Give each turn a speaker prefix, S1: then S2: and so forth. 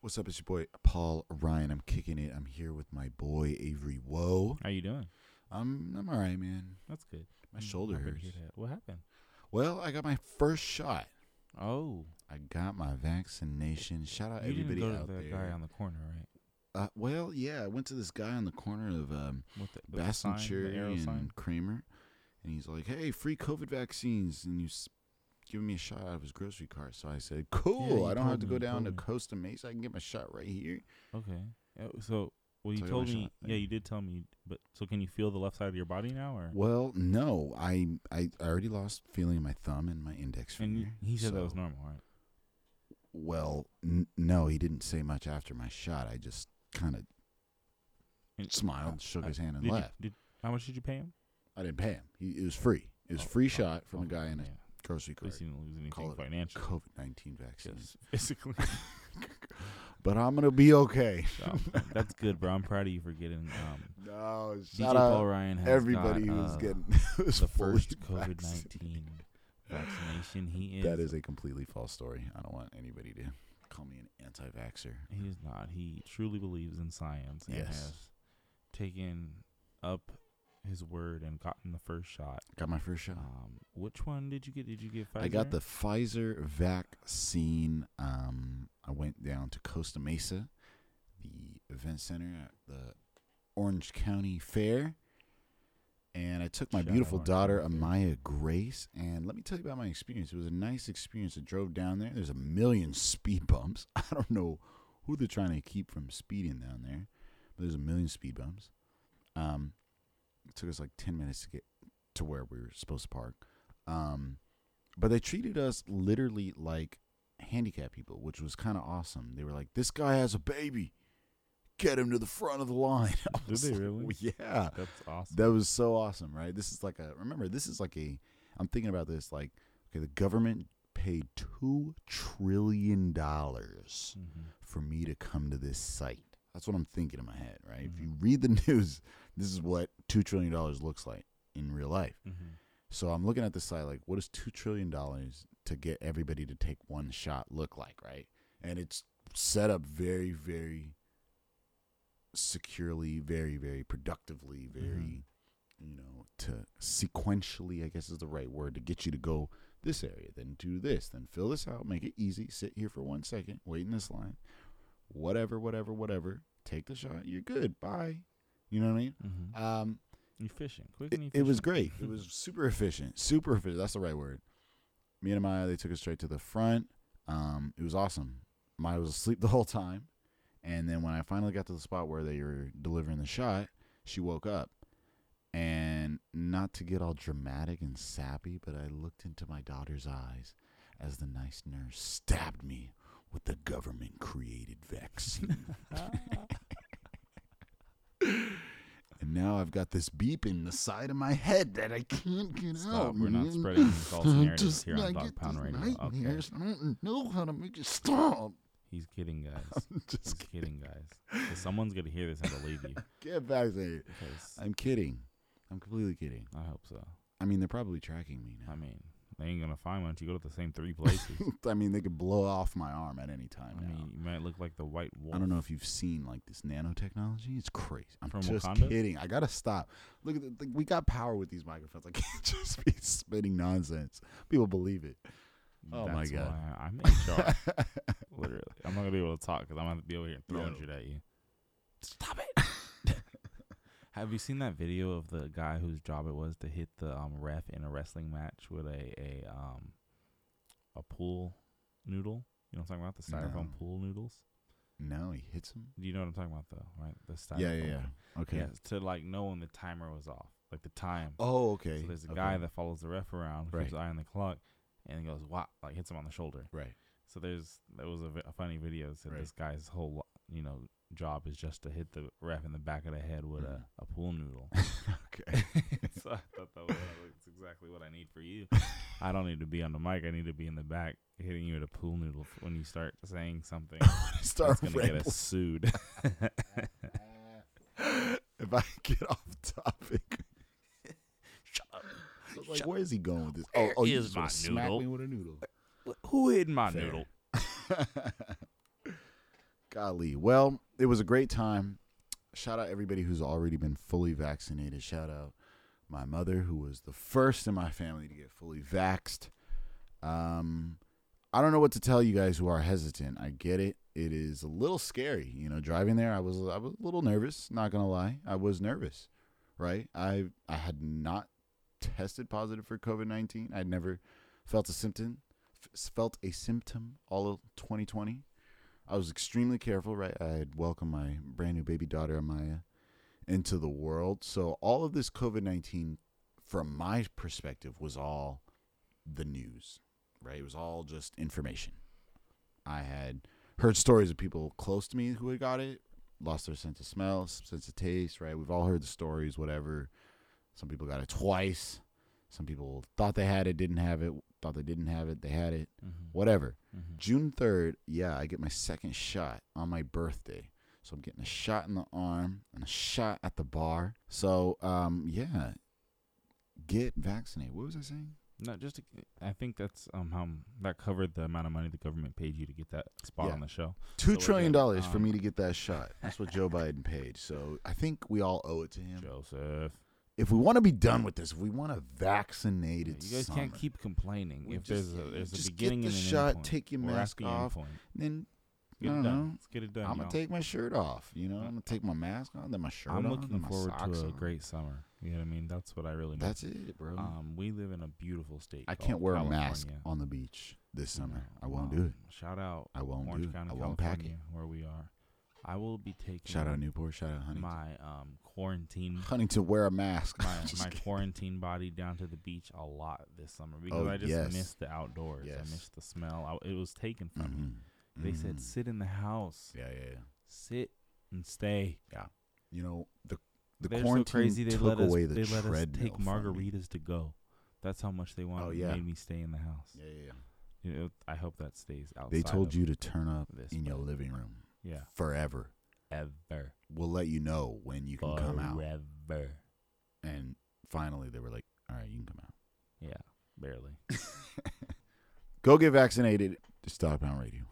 S1: What's up? It's your boy Paul Ryan. I'm kicking it. I'm here with my boy Avery Woe.
S2: How you doing?
S1: I'm I'm all right, man.
S2: That's good. Mm,
S1: My shoulder
S2: happy to
S1: hurts.
S2: hear that. What happened?
S1: Well, I got my first shot.
S2: Oh,
S1: I got my vaccination. Shout out
S2: you
S1: Uh, everybody
S2: didn't go
S1: out
S2: to the
S1: there.
S2: guy on the corner, right?
S1: uh, well, yeah, I went to this guy on the corner of um,
S2: With the, with the sign,
S1: Bassinger
S2: the arrow sign.
S1: and Kramer, and he's like, "Hey, free COVID vaccines," and he's giving me a shot out of his grocery cart. So I said, "Cool,
S2: you
S1: I don't have
S2: told
S1: to
S2: me,
S1: go
S2: you
S1: down to
S2: told me."
S1: Costa Mesa. I can get my shot right here."
S2: Okay. Uh, So, well, you
S1: So I got
S2: told
S1: my
S2: me.
S1: shot
S2: Yeah,
S1: there.
S2: you did tell me. But so, can you feel the left side of your body now, or?
S1: Well, no, I I, I already lost feeling in my thumb and my index
S2: and you,
S1: finger.
S2: he said that was
S1: so-
S2: normal, right?
S1: Well, n- no, he didn't say much after my shot. I just kind of
S2: And-
S1: smiled, shook
S2: I-
S1: his hand, and
S2: Uh, Did you-
S1: left.
S2: did how much did you pay him?
S1: I didn't pay him. He, it was free. It was
S2: Oh,
S1: free
S2: oh,
S1: shot from a guy in a
S2: yeah.
S1: grocery
S2: At least
S1: cart.
S2: he didn't lose
S1: Call it
S2: anything financially.
S1: COVID nineteen vaccine.
S2: Yes, physically.
S1: But I'm gonna be okay.
S2: So, that's good, bro. I'm proud of you for getting. Um,
S1: No,
S2: DJ
S1: shout
S2: Paul
S1: out
S2: Ryan has
S1: everybody
S2: got,
S1: who's
S2: uh,
S1: getting his
S2: the first
S1: vaccine.
S2: COVID nineteen vaccination. He is.
S1: That is a completely false story. I don't want anybody to call me an anti-vaxer.
S2: He is not. He truly believes in science and
S1: Yes.
S2: has taken up his word and gotten the first shot.
S1: Got my first shot.
S2: Um, which one did you get? Did you get Pfizer?
S1: I got the Pfizer vaccine. Um, I went down to Costa Mesa, the event center at the Orange County Fair, and I took my
S2: Shout out
S1: beautiful
S2: Orange
S1: daughter
S2: County Fair.
S1: Amaya Grace. And let me tell you about my experience. It was a nice experience. I drove down there. There's a million speed bumps. I don't know who they're trying to keep from speeding down there, but there's a million speed bumps. Um, it took us like ten minutes to get to where we were supposed to park. Um, but they treated us literally like handicapped people, which was kind of awesome. They were like, "This guy has a baby, get him to the front of the line." I
S2: Did
S1: was
S2: they
S1: like,
S2: really?
S1: Yeah,
S2: That's awesome.
S1: uh, that was so awesome, right? This is like a remember, this is like a. I'm thinking about this like, okay, the government paid two trillion dollars
S2: Mhm.
S1: for me to come to this site. That's what I'm thinking in my head, right? If
S2: Mhm.
S1: you read the news, this is what two trillion dollars looks like in real life.
S2: Mhm.
S1: So I'm looking at the site like, what does two trillion dollars to get everybody to take one shot look like, right? And it's set up very, very securely, very, very productively, very, you know, to sequentially, I guess is the right word, to get you to go this area, then do this, then fill this out, make it easy, sit here for one second, wait in this line, whatever, whatever, whatever, take the shot, you're good, bye. You know what I mean?
S2: Mhm.
S1: Um,
S2: You're fishing. Quick
S1: it,
S2: and
S1: it was
S2: efficient.
S1: great. It was super efficient. Super efficient. That's the right word. Me and Amaya, they took us straight to the front. Um, it was awesome. Amaya was asleep the whole time. And then when I finally got to the spot where they were delivering the shot, she woke up. And not to get all dramatic and sappy, but I looked into my daughter's eyes as the nice nurse stabbed me with the government created vaccine. and now I've got this beep in the side of my head that I can't get
S2: Stop.
S1: out.
S2: We're not
S1: man.
S2: spreading false
S1: I
S2: narratives
S1: just-
S2: here on
S1: I
S2: Dog
S1: get
S2: Pound
S1: these
S2: Radio. Okay.
S1: nightmares. I don't know how to make it stop.
S2: He's kidding, guys.
S1: I'm
S2: He's
S1: just
S2: kidding, guys. 'Cause someone's gonna hear this and believe you.
S1: get vaccinated.
S2: 'Cause
S1: I'm kidding. I'm completely kidding.
S2: I hope so.
S1: I mean, they're probably tracking me
S2: I
S1: now.
S2: mean, they ain't gonna find one. You go to the same three places.
S1: I mean, they could blow off my arm at any
S2: I
S1: time now.
S2: mean, you might look like the white wolf.
S1: I don't know if you've seen like this nanotechnology. It's crazy. I'm
S2: From
S1: just
S2: Wakanda?
S1: kidding. I gotta stop. Look at the, like, we got power with these microphones. I can't just be spitting nonsense. People believe it. Oh, my
S2: That's
S1: God.
S2: why I'm HR. literally, I'm not gonna be able to talk because I'm gonna be over here throwing
S1: No.
S2: shit at you.
S1: Stop it.
S2: Have you seen that video of the guy whose job it was to hit the um, ref in a wrestling match with a a um a pool noodle? You know what I'm talking about? The styrofoam
S1: No.
S2: pool noodles.
S1: No, he hits him.
S2: Do you know what I'm talking about though, right? The styrofoam.
S1: Yeah, yeah,
S2: one.
S1: yeah. Okay.
S2: Yeah, to like know when the timer was off, like the time.
S1: Oh, okay.
S2: So there's a
S1: Okay.
S2: guy that follows the ref around, keeps
S1: Right.
S2: his eye on the clock, and he goes, "Wow!" Like hits him on the shoulder.
S1: Right.
S2: So there's there was a, vi- a funny video that said
S1: Right.
S2: this guy's whole lo- you know job is just to hit the ref in the back of the head with
S1: Mhm.
S2: a, a pool noodle.
S1: Okay.
S2: so I thought that was that's exactly what I need for you. I don't need to be on the mic. I need to be in the back hitting you with a pool noodle f- when you start saying something
S1: Start
S2: that's gonna get
S1: rambling.
S2: us sued.
S1: if I get off topic.
S2: Shut up.
S1: I was like,
S2: Shut-
S1: where is he going with this?
S2: Where
S1: oh, oh, you
S2: is
S1: just wanna
S2: my
S1: smack
S2: noodle?
S1: me with a noodle.
S2: Who hid my
S1: Fair.
S2: noodle?
S1: Golly. Well, it was a great time. Shout out everybody who's already been fully vaccinated. Shout out my mother, who was the first in my family to get fully vaxxed. Um, I don't know what to tell you guys who are hesitant. I get it. It is a little scary, you know. Driving there, I was I was a little nervous. Not gonna lie, I was nervous. Right? I I had not tested positive for COVID nineteen. I'd never felt a symptom f- felt a symptom all of 2020. I was extremely careful, right? I had welcomed my brand new baby daughter Amaya into the world. So all of this COVID nineteen, from my perspective, was all the news, right? It was all just information. I had heard stories of people close to me who had got it, lost their sense of smell, sense of taste, right? We've all heard the stories, whatever. Some people got it twice. Some people thought they had it, didn't have it, thought they didn't have it, they had it,
S2: Mm-hmm.
S1: whatever.
S2: Mm-hmm.
S1: June 3rd, yeah, I get my second shot on my birthday. So I'm getting a shot in the arm and a shot at the bar. So, um, yeah, get vaccinated. What was I saying?
S2: Mm-hmm. No, just to, I think that's um how that covered the amount of money the government paid you to get that spot
S1: Yeah.
S2: on the show.
S1: Two
S2: we're
S1: trillion
S2: good.
S1: dollars for
S2: Um,
S1: me to get that shot. That's what Joe Biden paid. So I think we all owe it to him.
S2: Joseph,
S1: If we want to be done with this, if we want a vaccinated
S2: you guys
S1: summer,
S2: can't keep complaining.
S1: we
S2: if
S1: just-
S2: there's a there's
S1: just
S2: a beginning
S1: get the
S2: and an
S1: shot,
S2: end point.
S1: take your
S2: We're at
S1: mask
S2: the end
S1: off,
S2: point.
S1: then
S2: Let's
S1: I
S2: get it
S1: don't
S2: done.
S1: know.
S2: Let's get it done.
S1: I'm
S2: y'all.
S1: gonna take my shirt off. You know,
S2: Yeah.
S1: I'm gonna take my mask on, then my shirt
S2: I'm
S1: on,
S2: looking
S1: then my
S2: forward
S1: socks
S2: to a
S1: on.
S2: great summer. You know what I mean? That's what I really.
S1: That's it, bro.
S2: mean. Um, we live in a beautiful state.
S1: I
S2: called
S1: can't wear a mask
S2: California.
S1: on the beach this
S2: You
S1: summer.
S2: know,
S1: I won't
S2: um,
S1: do it.
S2: Shout out
S1: I won't do
S2: Orange
S1: it.
S2: County,
S1: I won't pack
S2: California,
S1: it.
S2: where we are. I will be taking
S1: Shout out Newport. Shout out Huntington.
S2: my um quarantine
S1: Huntington, wear a mask.
S2: my,
S1: Just
S2: my
S1: kidding.
S2: quarantine body down to the beach a lot this summer because
S1: Oh,
S2: I just
S1: yes.
S2: missed the outdoors. I
S1: Yes.
S2: missed the smell. I, it was taken from me.
S1: Mhm.
S2: They said
S1: Mhm.
S2: sit in the house,
S1: Yeah, yeah, yeah.
S2: sit and stay.
S1: You know the the
S2: They're so
S1: quarantine
S2: crazy. They
S1: took
S2: let us.
S1: away the
S2: they let us
S1: treadmill
S2: take
S1: from me. Oh,
S2: margaritas to go. That's how much they wanted.
S1: yeah.
S2: Made me stay in the house.
S1: Yeah, yeah, yeah.
S2: You know, I hope that stays outside.
S1: They told
S2: of
S1: you to turn up
S2: this,
S1: in your
S2: but-
S1: living room
S2: Yeah.
S1: forever.
S2: Ever.
S1: We'll let you know when you can come out.
S2: Forever.
S1: And finally, they were like, "All right, you can come out.
S2: Yeah. Barely.
S1: Go get vaccinated." To Stockbound Radio.